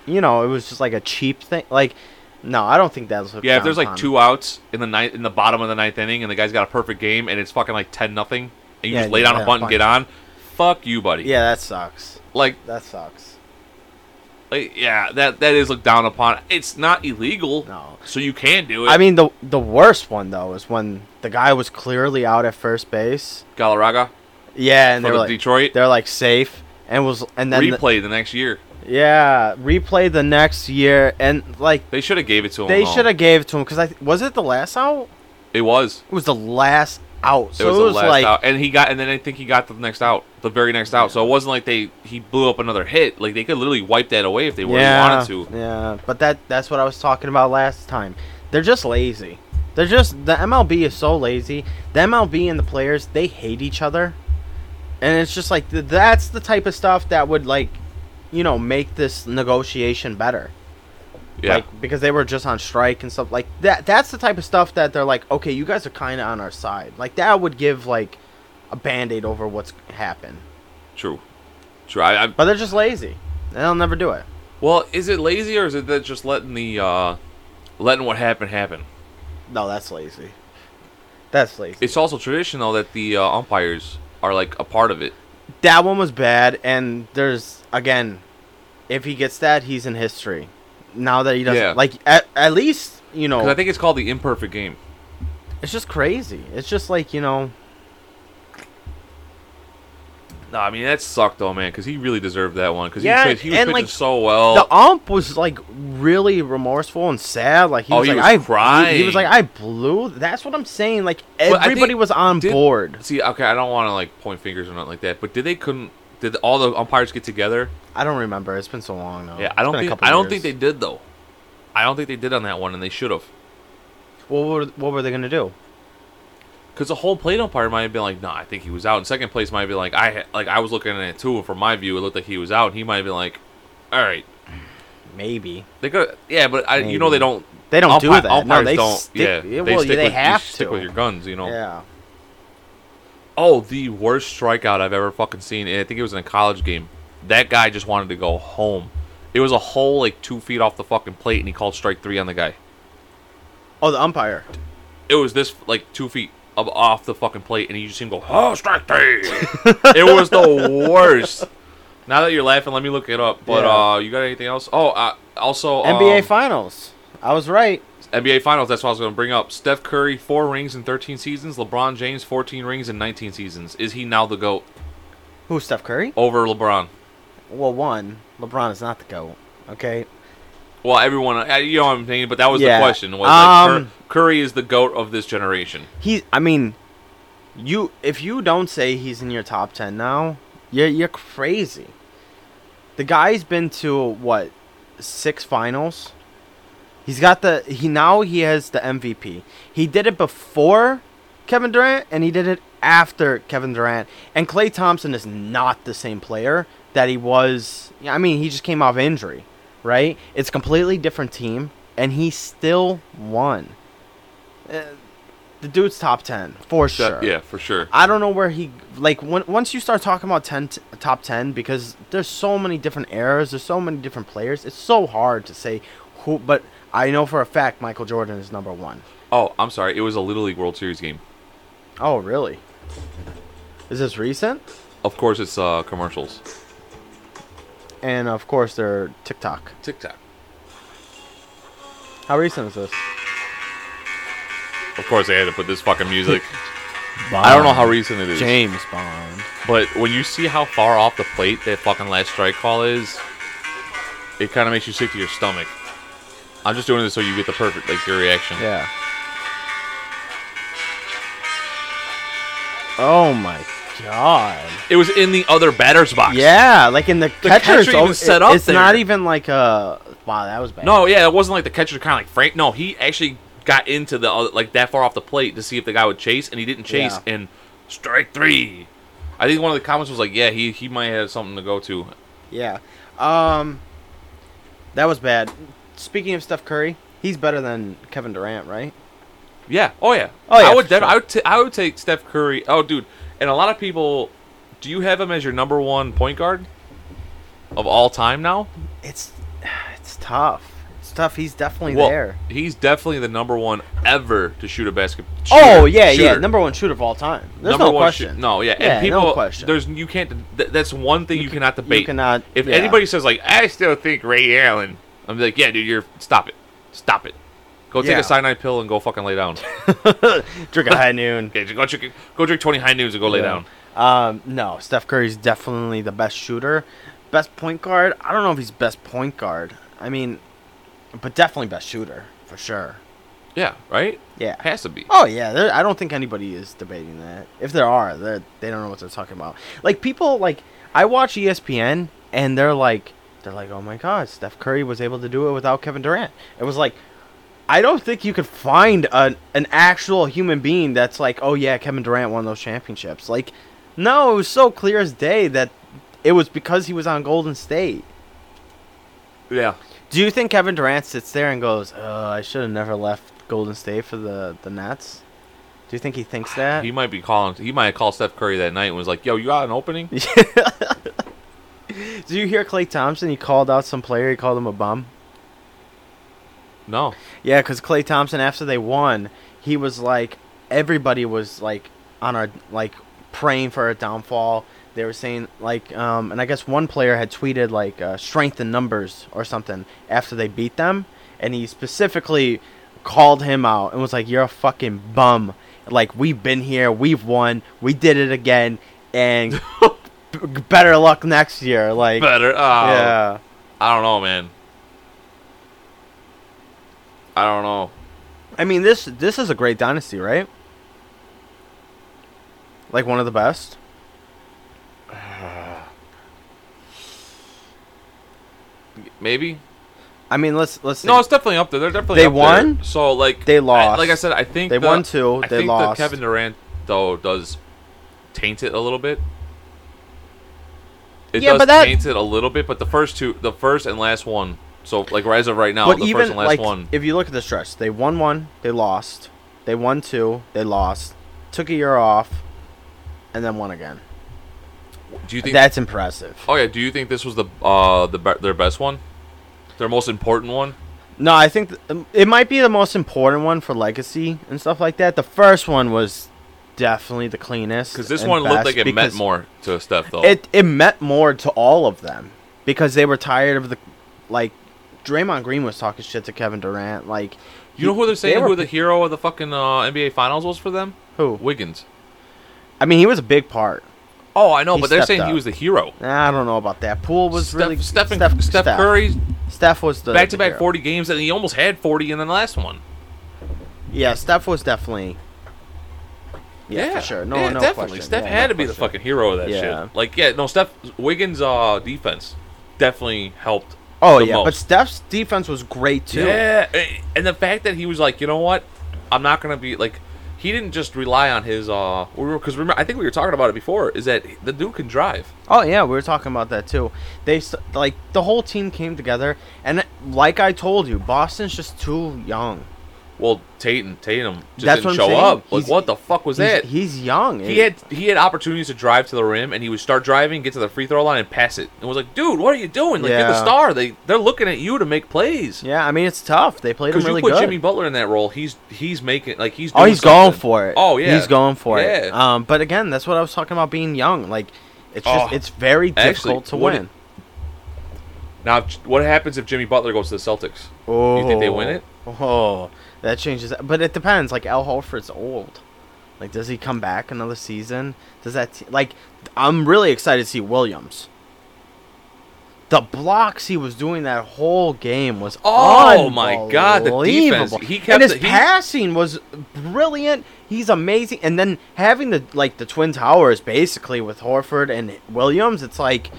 Speaker 3: you know, it was just like a cheap thing. Like, no, I don't think that's what
Speaker 1: Yeah, if there's
Speaker 3: counts
Speaker 1: like
Speaker 3: on.
Speaker 1: two outs in the ninth, in the bottom of the ninth inning, and the guy's got a perfect game, and it's fucking like ten nothing, and you
Speaker 3: Yeah,
Speaker 1: just lay down
Speaker 3: yeah,
Speaker 1: a bunt and
Speaker 3: fine.
Speaker 1: get on, fuck you, buddy.
Speaker 3: Yeah, that sucks.
Speaker 1: Like,
Speaker 3: That sucks.
Speaker 1: like, yeah, that that is looked down upon. It's not illegal,
Speaker 3: No.
Speaker 1: so you can do it.
Speaker 3: I mean, the the worst one though is when the guy was clearly out at first base.
Speaker 1: Galarraga
Speaker 3: Yeah, and
Speaker 1: for
Speaker 3: they're
Speaker 1: the
Speaker 3: like
Speaker 1: Detroit
Speaker 3: they're like safe and was and then the-
Speaker 1: replay the, next year.
Speaker 3: Yeah, replay the next year and like
Speaker 1: They should have gave it to him.
Speaker 3: they
Speaker 1: though.
Speaker 3: should have gave it to him because I th- was it the last out.
Speaker 1: It was.
Speaker 3: It was the last out. So
Speaker 1: it was the last
Speaker 3: like
Speaker 1: out, and he got, and then I think he got the next out, the very next out. So it wasn't like they he blew up another hit. Like they could literally wipe that away if they really
Speaker 3: yeah,
Speaker 1: wanted to.
Speaker 3: yeah. But that that's what I was talking about last time. They're just lazy. They're just the MLB is so lazy. The MLB and the players they hate each other, and it's just like th- that's the type of stuff that would like, you know, make this negotiation better.
Speaker 1: Yeah,
Speaker 3: Like because they were just on strike and stuff like that. That's the type of stuff that they're like, okay, you guys are kind of on our side. Like that would give like a band-aid over what's happened.
Speaker 1: true, true. I, I,
Speaker 3: But they're just lazy. And they'll never do it.
Speaker 1: Well, is it lazy or is it that just letting the uh, letting what happened happen?
Speaker 3: No, that's lazy. That's lazy.
Speaker 1: It's also traditional that the uh, umpires are like a part of it.
Speaker 3: That one was bad and there's again, if he gets that, he's in history. Now that he doesn't
Speaker 1: Yeah.
Speaker 3: like at, at least, you
Speaker 1: 'Cause
Speaker 3: know,
Speaker 1: I think it's called the imperfect game.
Speaker 3: it's just crazy. It's just like, you know,
Speaker 1: No, I mean that sucked though, man. Because he really deserved that one. Because
Speaker 3: Yeah,
Speaker 1: he, pitched- he was
Speaker 3: and,
Speaker 1: pitching
Speaker 3: like,
Speaker 1: so well.
Speaker 3: the ump was like really remorseful and sad. Like he
Speaker 1: Oh,
Speaker 3: was
Speaker 1: he
Speaker 3: like,
Speaker 1: was
Speaker 3: I
Speaker 1: crying.
Speaker 3: He was like, I blew. That's what I'm saying. Like
Speaker 1: Well, I think-
Speaker 3: everybody was on
Speaker 1: did-
Speaker 3: board.
Speaker 1: See, okay, I don't want to like point fingers or nothing like that, but did they couldn't? Did all the umpires get together?
Speaker 3: I don't remember. It's been so long now.
Speaker 1: yeah, I don't
Speaker 3: It's been a
Speaker 1: think
Speaker 3: couple
Speaker 1: I don't
Speaker 3: years.
Speaker 1: think they did though. I don't think they did on that one, and they should have.
Speaker 3: Well, what were, what were they gonna do?
Speaker 1: Because the whole plate umpire might have been like, "No, I think he was out." And second place might have been like, "I ha- like I was looking at it too, and from my view, it looked like he was out." And he might have been like, "All right,
Speaker 3: Maybe
Speaker 1: they could, yeah, but I, you know,
Speaker 3: Maybe.
Speaker 1: they don't,
Speaker 3: they don't do
Speaker 1: umpi-
Speaker 3: that. No,
Speaker 1: Umpires
Speaker 3: they
Speaker 1: don't, yeah,
Speaker 3: stick. yeah, well,
Speaker 1: stick
Speaker 3: they
Speaker 1: with,
Speaker 3: have
Speaker 1: you
Speaker 3: to.
Speaker 1: stick with your guns, you know."
Speaker 3: yeah,
Speaker 1: Oh, the worst strikeout I've ever fucking seen. And I think it was in a college game. That guy just wanted to go home. It was a hole like two feet off the fucking plate, and he called strike three on the guy.
Speaker 3: oh, the umpire.
Speaker 1: It was this like two feet up off the fucking plate, and you just see him go, "Oh, strike three. it was the worst. Now that you're laughing, let me look it up. But
Speaker 3: Yeah.
Speaker 1: uh, you got anything else? Oh, uh, also
Speaker 3: NBA
Speaker 1: um,
Speaker 3: Finals. I was right.
Speaker 1: NBA Finals. That's what I was going to bring up. Steph Curry, four rings in 13 seasons. LeBron James, 14 rings in 19 seasons. Is he now the goat
Speaker 3: Who? Steph Curry?
Speaker 1: over LeBron?
Speaker 3: Well, one. LeBron is not the goat. Okay.
Speaker 1: Well, everyone, uh, you know what I'm saying, but that was
Speaker 3: Yeah.
Speaker 1: the question. Was like,
Speaker 3: Um,
Speaker 1: Cur- Curry is the goat of this generation?
Speaker 3: He. I mean, you. If you don't say he's in your top ten now, you're you're crazy. The guy's been to what six finals. He's got the he now he has the MVP. He did it before Kevin Durant and he did it after Kevin Durant. And Klay Thompson is not the same player that he was. I mean, he just came off injury, right? It's a completely different team and he still won. Uh, the dude's top 10 for sure.
Speaker 1: That- yeah, for sure.
Speaker 3: I don't know where he like when, once you start talking about 10 t- top 10 because there's so many different eras, there's so many different players. It's so hard to say who but I know for a fact Michael Jordan is number 1.
Speaker 1: Oh, I'm sorry. It was a Little League World Series game.
Speaker 3: Oh, really? Is this recent?
Speaker 1: Of course, it's uh, commercials.
Speaker 3: And of course they're TikTok.
Speaker 1: TikTok.
Speaker 3: How recent is this?
Speaker 1: Of course, they had to put this fucking music. I don't know how recent it is,
Speaker 3: James Bond.
Speaker 1: but when you see how far off the plate that fucking last strike call is, it kind of makes you sick to your stomach. I'm just doing this so you get the perfect like your reaction.
Speaker 3: Yeah. Oh my god.
Speaker 1: It was in the other batter's box.
Speaker 3: Yeah, like in the, catcher's
Speaker 1: catcher even
Speaker 3: always-
Speaker 1: set
Speaker 3: it-
Speaker 1: up
Speaker 3: It's not
Speaker 1: there.
Speaker 3: even like a wow, that was bad.
Speaker 1: No, yeah, it wasn't like the catcher kind of like Frank. No, he actually got into the other, like that far off the plate to see if the guy would chase, and he didn't chase.
Speaker 3: Yeah.
Speaker 1: And strike three, I think one of the comments was like, "Yeah, he he might have something to go to."
Speaker 3: Yeah. Um, that was bad. Speaking of Steph Curry, he's better than Kevin Durant, right?
Speaker 1: Yeah. Oh yeah.
Speaker 3: Oh, yeah,
Speaker 1: I would.
Speaker 3: for
Speaker 1: def-
Speaker 3: sure.
Speaker 1: I would. T- I would take Steph Curry. Oh, dude. And a lot of people. Do you have him as your number one point guard of all time now?
Speaker 3: It's it's tough. It's tough. He's definitely
Speaker 1: Well,
Speaker 3: there.
Speaker 1: he's definitely the number one ever to shoot a basketball.
Speaker 3: oh yeah, yeah. Number one shooter of all time. There's no
Speaker 1: one
Speaker 3: question.
Speaker 1: shoot- no, yeah.
Speaker 3: Yeah,
Speaker 1: and people,
Speaker 3: no question.
Speaker 1: There's you can't. Th- that's one thing you, cannot debate.
Speaker 3: You cannot.
Speaker 1: If
Speaker 3: yeah.
Speaker 1: anybody says like, I still think Ray Allen, I'm like, yeah, dude, you're stop it, stop it. Go take
Speaker 3: Yeah.
Speaker 1: a cyanide pill and go fucking lay down.
Speaker 3: drink a high noon.
Speaker 1: yeah, just go drink, go drink twenty high noons and go lay
Speaker 3: Yeah.
Speaker 1: down.
Speaker 3: Um, no, Steph Curry's definitely the best shooter, best point guard. I don't know if he's best point guard. I mean, but definitely best shooter for sure.
Speaker 1: Yeah, right.
Speaker 3: Yeah.
Speaker 1: Has to be.
Speaker 3: Oh yeah, there, I don't think anybody is debating that. If there are, they're- they don't know what they're talking about. Like people, like I watch E ESPN and they're like, they're like, oh my god, Steph Curry was able to do it without Kevin Durant. It was like, I don't think you could find an an actual human being that's like, oh yeah, Kevin Durant won those championships. Like, no, it was so clear as day that it was because he was on Golden State.
Speaker 1: Yeah.
Speaker 3: Do you think Kevin Durant sits there and goes, "Oh, I should have never left Golden State for the the Nets"? Do you think he thinks that?
Speaker 1: He might be calling. He might have called Steph Curry that night and was like, "Yo, you got an opening?"
Speaker 3: Do you hear Clay Thompson? He called out some player. He called him a bum.
Speaker 1: no.
Speaker 3: Yeah, because Clay Thompson, after they won, he was like, everybody was like on our like praying for a downfall. They were saying like, um, and I guess one player had tweeted like uh, strength in numbers or something after they beat them, and he specifically called him out and was like, "You're a fucking bum. Like we've been here, we've won, we did it again, and b- better luck next year." Like,
Speaker 1: Better. Oh,
Speaker 3: yeah.
Speaker 1: I don't know, man. I don't know.
Speaker 3: I mean this this is a great dynasty, right? Like one of the best.
Speaker 1: Maybe.
Speaker 3: I mean, let's let's.
Speaker 1: No, it's definitely up there. They're definitely
Speaker 3: They
Speaker 1: up there.
Speaker 3: won?
Speaker 1: So like
Speaker 3: They
Speaker 1: I-
Speaker 3: lost.
Speaker 1: like I said, I think
Speaker 3: They
Speaker 1: the-
Speaker 3: won two,
Speaker 1: I
Speaker 3: they
Speaker 1: think the
Speaker 3: lost.
Speaker 1: Kevin Durant though does taint it a little bit. It
Speaker 3: Yeah,
Speaker 1: does
Speaker 3: but that-
Speaker 1: taint it a little bit, but the first two, the first and last one. So like as of right now,
Speaker 3: but
Speaker 1: the
Speaker 3: even
Speaker 1: first and last
Speaker 3: like
Speaker 1: one.
Speaker 3: if you look at the stretch, they won one, they lost, they won two, they lost, took a year off, and then won again.
Speaker 1: Do you think?
Speaker 3: That's impressive.
Speaker 1: oh yeah. Do you think this was the uh the be- their best one, their most important one?
Speaker 3: No, I think th- um, it might be the most important one for legacy and stuff like that. The first one was definitely the cleanest
Speaker 1: Because this
Speaker 3: and
Speaker 1: one looked
Speaker 3: best
Speaker 1: like it meant
Speaker 3: because-
Speaker 1: more to Steph though.
Speaker 3: It it meant more to all of them because they were tired of the like Draymond Green was talking shit to Kevin Durant like
Speaker 1: you know who they're saying
Speaker 3: were-
Speaker 1: who the hero of the fucking uh, NBA Finals was for them?
Speaker 3: who
Speaker 1: Wiggins.
Speaker 3: I mean he was a big part.
Speaker 1: Oh, I know,
Speaker 3: He
Speaker 1: but they're
Speaker 3: stepped
Speaker 1: saying
Speaker 3: up.
Speaker 1: he was the hero.
Speaker 3: Nah, I don't know about that. Poole was
Speaker 1: Steph,
Speaker 3: really
Speaker 1: Steph, and- Steph Curry
Speaker 3: Steph was the
Speaker 1: back to back
Speaker 3: the hero.
Speaker 1: forty games, and he almost had forty in the last one.
Speaker 3: Yeah, Steph was definitely. Yeah, for sure. No,
Speaker 1: yeah,
Speaker 3: no
Speaker 1: definitely.
Speaker 3: question.
Speaker 1: Steph
Speaker 3: Yeah,
Speaker 1: had
Speaker 3: no
Speaker 1: to be the
Speaker 3: question.
Speaker 1: fucking hero of that
Speaker 3: Yeah.
Speaker 1: shit. Like, yeah, no, Steph Wiggins' uh, defense definitely helped.
Speaker 3: Oh
Speaker 1: the
Speaker 3: yeah,
Speaker 1: most.
Speaker 3: but Steph's defense was great too.
Speaker 1: Yeah, a- and the fact that he was like, you know what, I'm not gonna be like, he didn't just rely on his uh, because we were, 'cause remember, I think we were talking about it before, is that the dude can drive.
Speaker 3: Oh yeah, we were talking about that too. They s- like the whole team came together, and like I told you, Boston's just too young.
Speaker 1: Well, Tatum, Tatum just
Speaker 3: That's
Speaker 1: didn't
Speaker 3: what
Speaker 1: show
Speaker 3: I'm saying.
Speaker 1: up. Like,
Speaker 3: He's-
Speaker 1: what the fuck was
Speaker 3: he's,
Speaker 1: that?
Speaker 3: He's young.
Speaker 1: He had he had opportunities to drive to the rim, and he would start driving, get to the free throw line, and pass it. And was like, dude, what are you doing? Like, you're the
Speaker 3: Yeah.
Speaker 1: star. They they're looking at you to make plays.
Speaker 3: Yeah, I mean it's tough. They played him
Speaker 1: Because
Speaker 3: really
Speaker 1: you put
Speaker 3: good.
Speaker 1: Jimmy Butler in that role, he's he's making like he's.
Speaker 3: oh,
Speaker 1: doing
Speaker 3: he's going
Speaker 1: something.
Speaker 3: for it.
Speaker 1: Oh yeah,
Speaker 3: he's going for it.
Speaker 1: Yeah.
Speaker 3: Um, but again, that's what I was talking about being young. Like, it's just
Speaker 1: Oh.
Speaker 3: it's very
Speaker 1: Actually,
Speaker 3: difficult to
Speaker 1: what
Speaker 3: win.
Speaker 1: now, if- what happens if Jimmy Butler goes to the Celtics?
Speaker 3: oh,
Speaker 1: you think they win it?
Speaker 3: Oh, that changes. But it depends. Like Al Horford's old. Like, does he come back another season? Does that t- like? I'm really excited to see Williams. The blocks he was doing that whole game was
Speaker 1: Oh, my God, the defense.
Speaker 3: unbelievable.
Speaker 1: He kept
Speaker 3: and his
Speaker 1: the- he-
Speaker 3: passing was brilliant. He's amazing. And then having the like the twin towers basically with Horford and Williams, it's like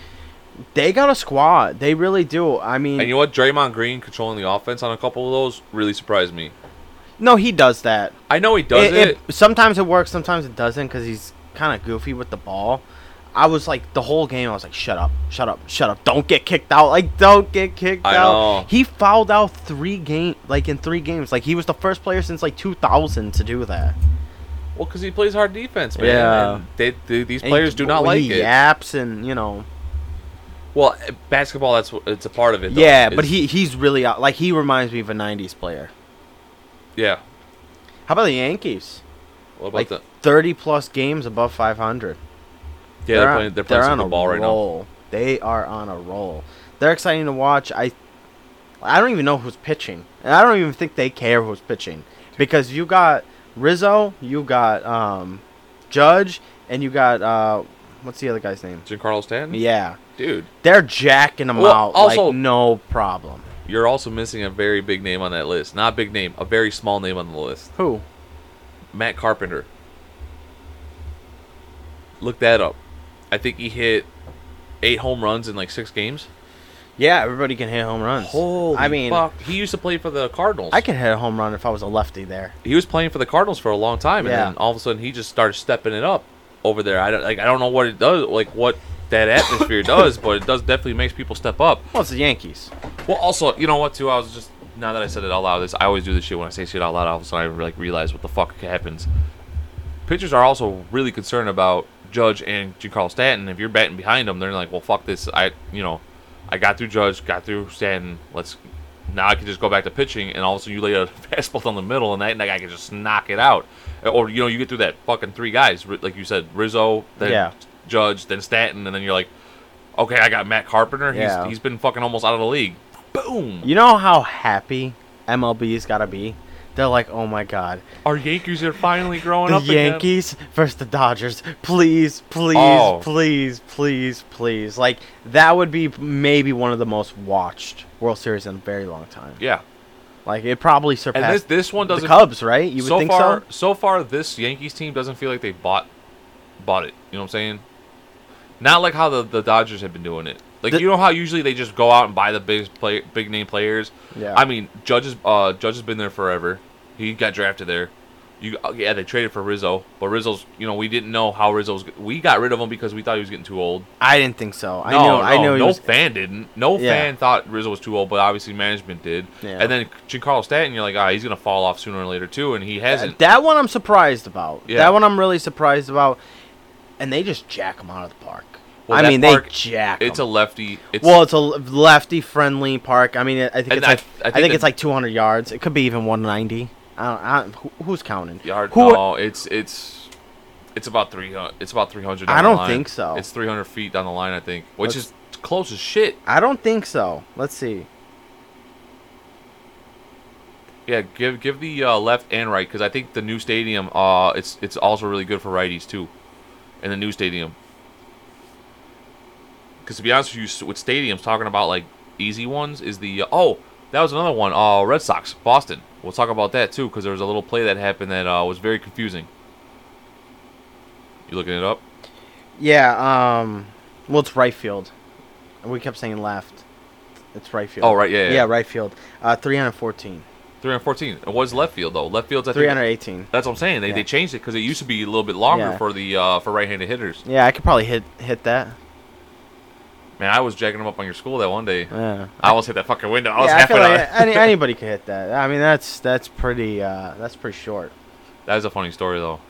Speaker 3: they got a squad. They really do. I mean,
Speaker 1: And you know what? Draymond Green controlling the offense on a couple of those really surprised me.
Speaker 3: no, he does that.
Speaker 1: I know he does it.
Speaker 3: Sometimes it works, sometimes it doesn't, because he's kind of goofy with the ball. I was like the whole game. I was like, shut up, shut up, shut up. Don't get kicked out. Like, don't get kicked
Speaker 1: I
Speaker 3: out.
Speaker 1: know.
Speaker 3: He fouled out three game, like in three games. Like he was the first player since like 2000 to do that.
Speaker 1: Well, because he plays hard defense, man.
Speaker 3: Yeah.
Speaker 1: and they, they, these
Speaker 3: And
Speaker 1: players do not
Speaker 3: well,
Speaker 1: like
Speaker 3: he
Speaker 1: it.
Speaker 3: Yaps and you know.
Speaker 1: Well, eh, basketball, that's what- it's a part of it. Though.
Speaker 3: yeah, but
Speaker 1: It's-
Speaker 3: he he's really out. Like he reminds me of a 90s player.
Speaker 1: Yeah.
Speaker 3: How about the Yankees?
Speaker 1: What about
Speaker 3: Like
Speaker 1: the?
Speaker 3: 30 plus games above 500.
Speaker 1: Yeah, they're, playing. They're playing some ball right now.
Speaker 3: roll. They are on a roll. They're exciting to watch. I I don't even know who's pitching. And I don't even think they care who's pitching because you got Rizzo, you got um, Judge, and you got uh, what's the other guy's name?
Speaker 1: Giancarlo Stanton.
Speaker 3: Yeah,
Speaker 1: Dude,
Speaker 3: they're jacking them
Speaker 1: Well,
Speaker 3: out
Speaker 1: also-
Speaker 3: like no problem.
Speaker 1: you're also missing a very big name on that list. Not big name, a very small name on the list.
Speaker 3: Who?
Speaker 1: Matt Carpenter. Look that up. I think he hit eight home runs in like six games.
Speaker 3: Yeah, everybody can hit home runs. I mean,
Speaker 1: fuck. he used to play for the Cardinals.
Speaker 3: I could hit a home run if I was a lefty there.
Speaker 1: he was playing for the Cardinals for a long time, and
Speaker 3: Yeah.
Speaker 1: then all of a sudden he just started stepping it up over there. I don't like I don't know what it does, like what that atmosphere does, but it does definitely makes people step up.
Speaker 3: Well, it's the Yankees.
Speaker 1: Well, also, you know what? Too, I was just now that I said it out loud. This I always do this shit when I say shit out loud. All of a sudden, I like realize what the fuck happens. Pitchers are also really concerned about Judge and Giancarlo Stanton. If you're batting behind them, they're like, "Well, fuck this. I, you know, I got through Judge, got through Stanton. Let's now I can just go back to pitching." And all of a sudden, you lay a fastball down the middle, and that and that guy can just knock it out. Or you know, you get through that fucking three guys, ri- like you said, Rizzo, then
Speaker 3: Yeah.
Speaker 1: Judge, then Stanton, and then you're like, "Okay, I got Matt Carpenter.
Speaker 3: Yeah.
Speaker 1: He's he's been fucking almost out of the league." Boom.
Speaker 3: You know how happy MLB's got to be. They're like, oh my god,
Speaker 1: Our Yankees are finally growing
Speaker 3: the
Speaker 1: up again.
Speaker 3: Yankees versus the Dodgers. Please, please,
Speaker 1: Oh.
Speaker 3: please, please, please. Like that would be maybe one of the most watched World Series in a very long time.
Speaker 1: Yeah,
Speaker 3: Like it probably surpassed
Speaker 1: and this this one
Speaker 3: the
Speaker 1: doesn't.
Speaker 3: Cubs, right? You would
Speaker 1: so
Speaker 3: think
Speaker 1: far,
Speaker 3: so.
Speaker 1: far, this Yankees team doesn't feel like they bought bought it. You know what I'm saying? Not like how the, the Dodgers have been doing it. Like
Speaker 3: The-
Speaker 1: you know how usually they just go out and buy the big play, big name players.
Speaker 3: Yeah.
Speaker 1: I mean, Judge's uh, Judge has been there forever. He got drafted there. You uh, yeah, they traded for Rizzo, but Rizzo's you know we didn't know how Rizzo's. We got rid of him because we thought he was getting too old.
Speaker 3: I didn't think so. I
Speaker 1: No,
Speaker 3: know.
Speaker 1: no,
Speaker 3: I know. he
Speaker 1: no
Speaker 3: was-
Speaker 1: fan didn't. No
Speaker 3: Yeah.
Speaker 1: fan thought Rizzo was too old, but obviously management did.
Speaker 3: Yeah.
Speaker 1: And then Giancarlo Stanton, you're like, ah, he's gonna fall off sooner or later too, and he hasn't.
Speaker 3: that one I'm surprised about.
Speaker 1: Yeah.
Speaker 3: That one I'm really surprised about. And they just jack them out of the park.
Speaker 1: Well,
Speaker 3: I
Speaker 1: that
Speaker 3: mean,
Speaker 1: park,
Speaker 3: they jack.
Speaker 1: It's
Speaker 3: 'em.
Speaker 1: a lefty. It's,
Speaker 3: well, it's a lefty friendly park. I mean, I think
Speaker 1: And
Speaker 3: it's
Speaker 1: I-
Speaker 3: like
Speaker 1: I
Speaker 3: I
Speaker 1: think
Speaker 3: think,
Speaker 1: that-
Speaker 3: it's like 200 yards. It could be even 190. I don't, I don't, who, who's counting?
Speaker 1: yard.
Speaker 3: Who-
Speaker 1: no, it's it's it's about three hundred. It's about three hundred.
Speaker 3: I don't think so.
Speaker 1: It's three hundred feet down the line, I think, which
Speaker 3: Let's-
Speaker 1: is close as shit.
Speaker 3: I don't think so. Let's see.
Speaker 1: Yeah, give give the uh, left and right because I think the new stadium. Uh, it's it's also really good for righties too, in the new stadium. Because to be honest with you, s- with stadiums talking about like easy ones is the oh that was another one. Uh, Red Sox Boston. We'll talk about that too because there was a little play that happened that uh, was very confusing. You looking it up?
Speaker 3: Yeah. Um. Well, it's right field. We kept saying left. It's right field.
Speaker 1: Oh, right, yeah, yeah.
Speaker 3: Yeah, right field. Uh, 314.
Speaker 1: Three hundred fourteen. It was left field though. Left field's I think-
Speaker 3: 318.
Speaker 1: That's what I'm saying. They,
Speaker 3: Yeah.
Speaker 1: they changed it because it used to be a little bit longer
Speaker 3: Yeah.
Speaker 1: for the uh, for right-handed hitters.
Speaker 3: Yeah, I could probably hit hit that.
Speaker 1: Man, I was jacking them up on your school that one day.
Speaker 3: Yeah.
Speaker 1: I almost hit that fucking window. I was
Speaker 3: yeah, I
Speaker 1: half
Speaker 3: feel
Speaker 1: an
Speaker 3: like
Speaker 1: hour.
Speaker 3: any, anybody could hit that. I mean, that's that's pretty uh, that's pretty short.
Speaker 1: That is a funny story though,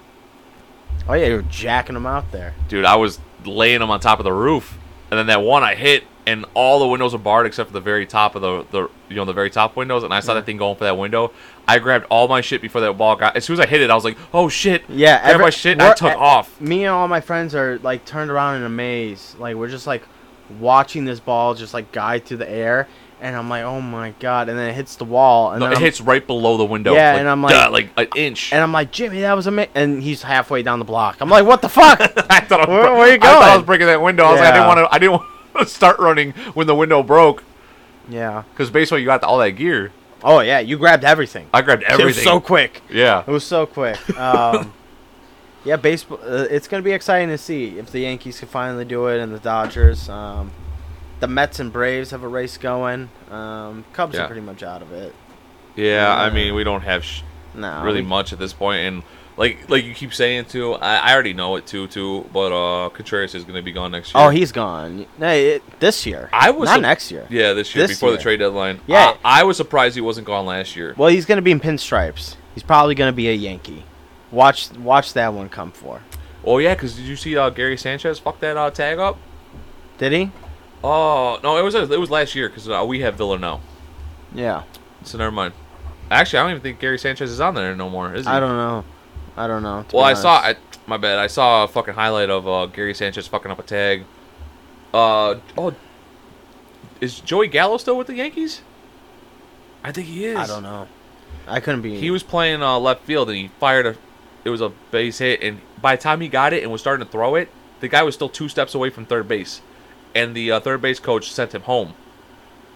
Speaker 3: Oh yeah, you're jacking them out there.
Speaker 1: dude. I was laying them on top of the roof, and then that one I hit, and all the windows are barred except for the very top of the the you know the very top windows. And I saw that thing going for that window. I grabbed all my shit before that ball got. As soon as I hit it, I was like, "Oh shit!"
Speaker 3: Yeah,
Speaker 1: grabbed
Speaker 3: every-
Speaker 1: my shit and I
Speaker 3: we're-
Speaker 1: took
Speaker 3: e-
Speaker 1: off.
Speaker 3: me and all my friends are like turned around in a maze. Like we're just like watching this ball just like guide through the air, and I'm like, oh my god! And then it hits the wall, and
Speaker 1: No,
Speaker 3: then
Speaker 1: it
Speaker 3: I'm,
Speaker 1: hits right below the window.
Speaker 3: Yeah, and I'm like-
Speaker 1: duh, like an inch.
Speaker 3: and I'm like, Jimmy, that was a and he's halfway down the block. I'm like, what the fuck?
Speaker 1: I thought I was,
Speaker 3: Where- where you
Speaker 1: I thought I
Speaker 3: going?
Speaker 1: was breaking that window. I was like, I didn't
Speaker 3: Yeah.
Speaker 1: want to. I didn't want to start running when the window broke
Speaker 3: yeah.
Speaker 1: because basically you got all that gear.
Speaker 3: Oh yeah, you grabbed everything.
Speaker 1: I grabbed
Speaker 3: It was
Speaker 1: everything.
Speaker 3: so quick.
Speaker 1: yeah.
Speaker 3: It was so quick. Um, yeah, baseball. Uh, it's gonna be exciting to see if the Yankees can finally do it and the Dodgers. Um, the Mets and Braves have a race going. Um, Cubs
Speaker 1: Yeah.
Speaker 3: are pretty much out of it.
Speaker 1: Yeah, I
Speaker 3: Yeah.
Speaker 1: mean, we don't have sh-
Speaker 3: No,
Speaker 1: really
Speaker 3: we-
Speaker 1: much at this point, and like like you keep saying too. I, I already know it too too. But uh, Contreras is going to be gone next year.
Speaker 3: Oh, he's gone. Hey, it, this year.
Speaker 1: I was
Speaker 3: not
Speaker 1: sup-
Speaker 3: next year.
Speaker 1: Yeah, this year
Speaker 3: This
Speaker 1: before the
Speaker 3: year.
Speaker 1: trade deadline.
Speaker 3: Yeah.
Speaker 1: I, I was surprised he wasn't gone last year.
Speaker 3: Well, he's gonna be in pinstripes. He's probably gonna be a Yankee. Watch, watch that one come for.
Speaker 1: Oh yeah, because did you see uh, Gary Sanchez fuck that uh, tag up?
Speaker 3: Did he?
Speaker 1: Oh no, it was it was last year because uh, we have Villa now,
Speaker 3: Yeah.
Speaker 1: so never mind. Actually, I don't even think Gary Sanchez is on there no more. Is he?
Speaker 3: I don't know. I don't know. to
Speaker 1: Well,
Speaker 3: be
Speaker 1: I
Speaker 3: honest.
Speaker 1: saw. I, my bad. I saw a fucking highlight of uh, Gary Sanchez fucking up a tag. Uh oh, is Joey Gallo still with the Yankees? I think he is.
Speaker 3: I don't know. I couldn't be.
Speaker 1: He was playing uh, left field and he fired a. It was a base hit, and by the time he got it and was starting to throw it, the guy was still two steps away from third base, and the uh, third base coach sent him home.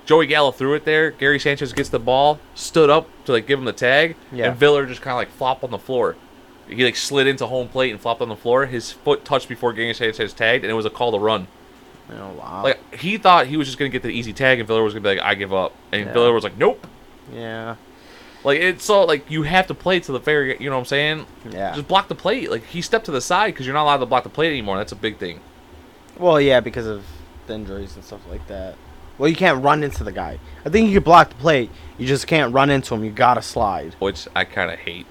Speaker 1: Joey Gallo threw it there. Gary Sanchez gets the ball, stood up to like give him the tag,
Speaker 3: Yeah.
Speaker 1: and Villar just kind of like flopped on the floor. He like slid into home plate and flopped on the floor. His foot touched before Gary Sanchez tagged, and it was a call to run.
Speaker 3: Oh, wow.
Speaker 1: Like he thought he was just gonna get the easy tag, and Villar was gonna be like, "I give up," and
Speaker 3: Yeah.
Speaker 1: Villar was like, "Nope."
Speaker 3: yeah.
Speaker 1: Like it's so like you have to play to the fair. You know what I'm saying?
Speaker 3: Yeah.
Speaker 1: Just block the plate. Like he stepped to the side because you're not allowed to block the plate anymore. That's a big thing.
Speaker 3: Well, yeah, because of the injuries and stuff like that. Well, you can't run into the guy. I think you can block the plate. You just can't run into him. You gotta slide.
Speaker 1: Which I kind of hate.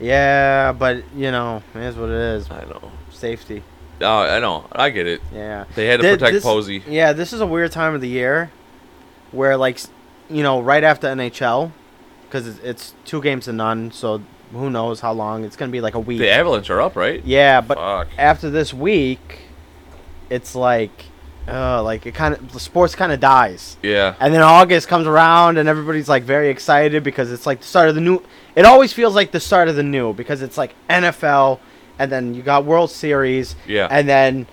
Speaker 3: Yeah, but you know, it is what it is.
Speaker 1: I know.
Speaker 3: Safety.
Speaker 1: Uh, I know. I get it.
Speaker 3: Yeah.
Speaker 1: They had to
Speaker 3: Th-
Speaker 1: protect
Speaker 3: this-
Speaker 1: Posey.
Speaker 3: Yeah, this is a weird time of the year, where like, s- you know, right after NHL, because it's, it's two games to none. So who knows how long? It's gonna be like a week.
Speaker 1: The Avalanche are up, right?
Speaker 3: Yeah, but
Speaker 1: Fuck.
Speaker 3: after this week, it's like, uh, like it kind of the sports kind of dies.
Speaker 1: Yeah.
Speaker 3: And then August comes around and everybody's like very excited because it's like the start of the new. It always feels like the start of the new because it's like NFL and then you got World Series.
Speaker 1: Yeah.
Speaker 3: And then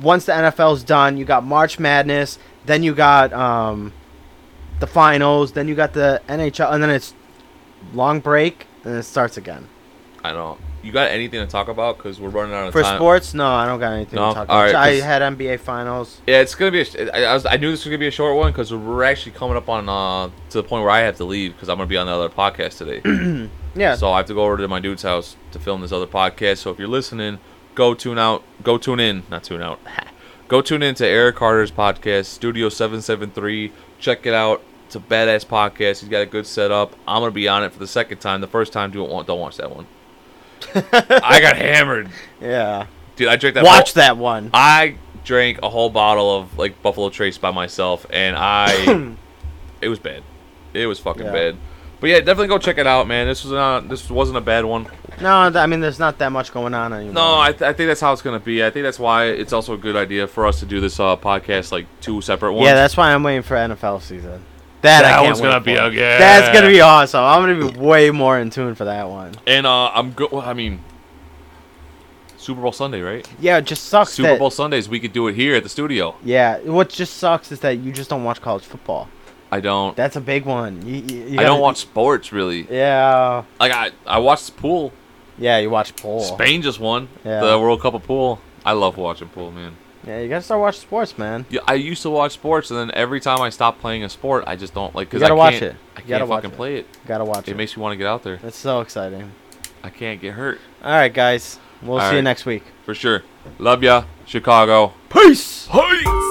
Speaker 3: once the NFL's done, you got March Madness, then you got um, the finals, then you got the NHL, and then it's long break and it starts again.
Speaker 1: I know. You got anything to talk about? Because we're running out of
Speaker 3: For
Speaker 1: time.
Speaker 3: sports, no, I don't got anything
Speaker 1: No?
Speaker 3: to talk
Speaker 1: All right,
Speaker 3: about. I
Speaker 1: 'cause-
Speaker 3: had NBA finals.
Speaker 1: Yeah, it's gonna be. A sh- I, I was, I knew this was gonna be a short one because we're actually coming up on uh to the point where I have to leave because I'm gonna be on the other podcast today.
Speaker 3: Yeah.
Speaker 1: So I have to go over to my dude's house to film this other podcast. So if you're listening, go tune out, go tune in, not tune out, go tune in to Eric Carter's podcast, Studio Seven Seven Three. Check it out. It's a badass podcast. He's got a good setup. I'm gonna be on it for the second time. The first time, don't want, don't watch that one. I got hammered,
Speaker 3: yeah.
Speaker 1: dude. I drank that.
Speaker 3: Watch
Speaker 1: whole-
Speaker 3: that one.
Speaker 1: I drank a whole bottle of like Buffalo Trace by myself, and I, it was bad. It was fucking
Speaker 3: Yeah.
Speaker 1: bad. But yeah, definitely go check it out, man. This was not. This wasn't a bad one.
Speaker 3: No, th- I mean, there's not that much going on anymore.
Speaker 1: No, I, th- I think that's how it's going to be. I think that's why it's also a good idea for us to do this uh, podcast like two separate ones.
Speaker 3: Yeah, that's why I'm waiting for NFL season. That, I
Speaker 1: That
Speaker 3: can't
Speaker 1: one's
Speaker 3: wait
Speaker 1: gonna be
Speaker 3: for.
Speaker 1: a- yeah.
Speaker 3: That's gonna be awesome. I'm gonna be way more in tune for that one.
Speaker 1: and uh, I'm good. Well, I mean, Super Bowl Sunday, right?
Speaker 3: Yeah, it just sucks.
Speaker 1: Super
Speaker 3: that-
Speaker 1: Bowl Sundays, we could do it here at the studio.
Speaker 3: Yeah, what just sucks is that you just don't watch college football.
Speaker 1: I don't.
Speaker 3: That's a big one. You, you, you
Speaker 1: I
Speaker 3: gotta-
Speaker 1: don't watch sports really.
Speaker 3: Yeah,
Speaker 1: Like I, I watched pool.
Speaker 3: yeah, you watch pool.
Speaker 1: Spain just won
Speaker 3: Yeah.
Speaker 1: the World Cup of pool. I love watching pool, man.
Speaker 3: Yeah, you gotta start watching sports, man.
Speaker 1: Yeah, I used to watch sports, and then every time I stop playing a sport, I just don't like because
Speaker 3: You
Speaker 1: I
Speaker 3: gotta
Speaker 1: can't.
Speaker 3: watch it.
Speaker 1: I
Speaker 3: You gotta
Speaker 1: can't
Speaker 3: watch
Speaker 1: fucking
Speaker 3: it.
Speaker 1: play it.
Speaker 3: Gotta watch it.
Speaker 1: It makes you want to get out there.
Speaker 3: That's so exciting.
Speaker 1: I can't get hurt.
Speaker 3: All right, guys,
Speaker 1: All
Speaker 3: we'll see you
Speaker 1: right.
Speaker 3: next week.
Speaker 1: For sure. Love ya, Chicago.
Speaker 3: Peace.
Speaker 1: Peace.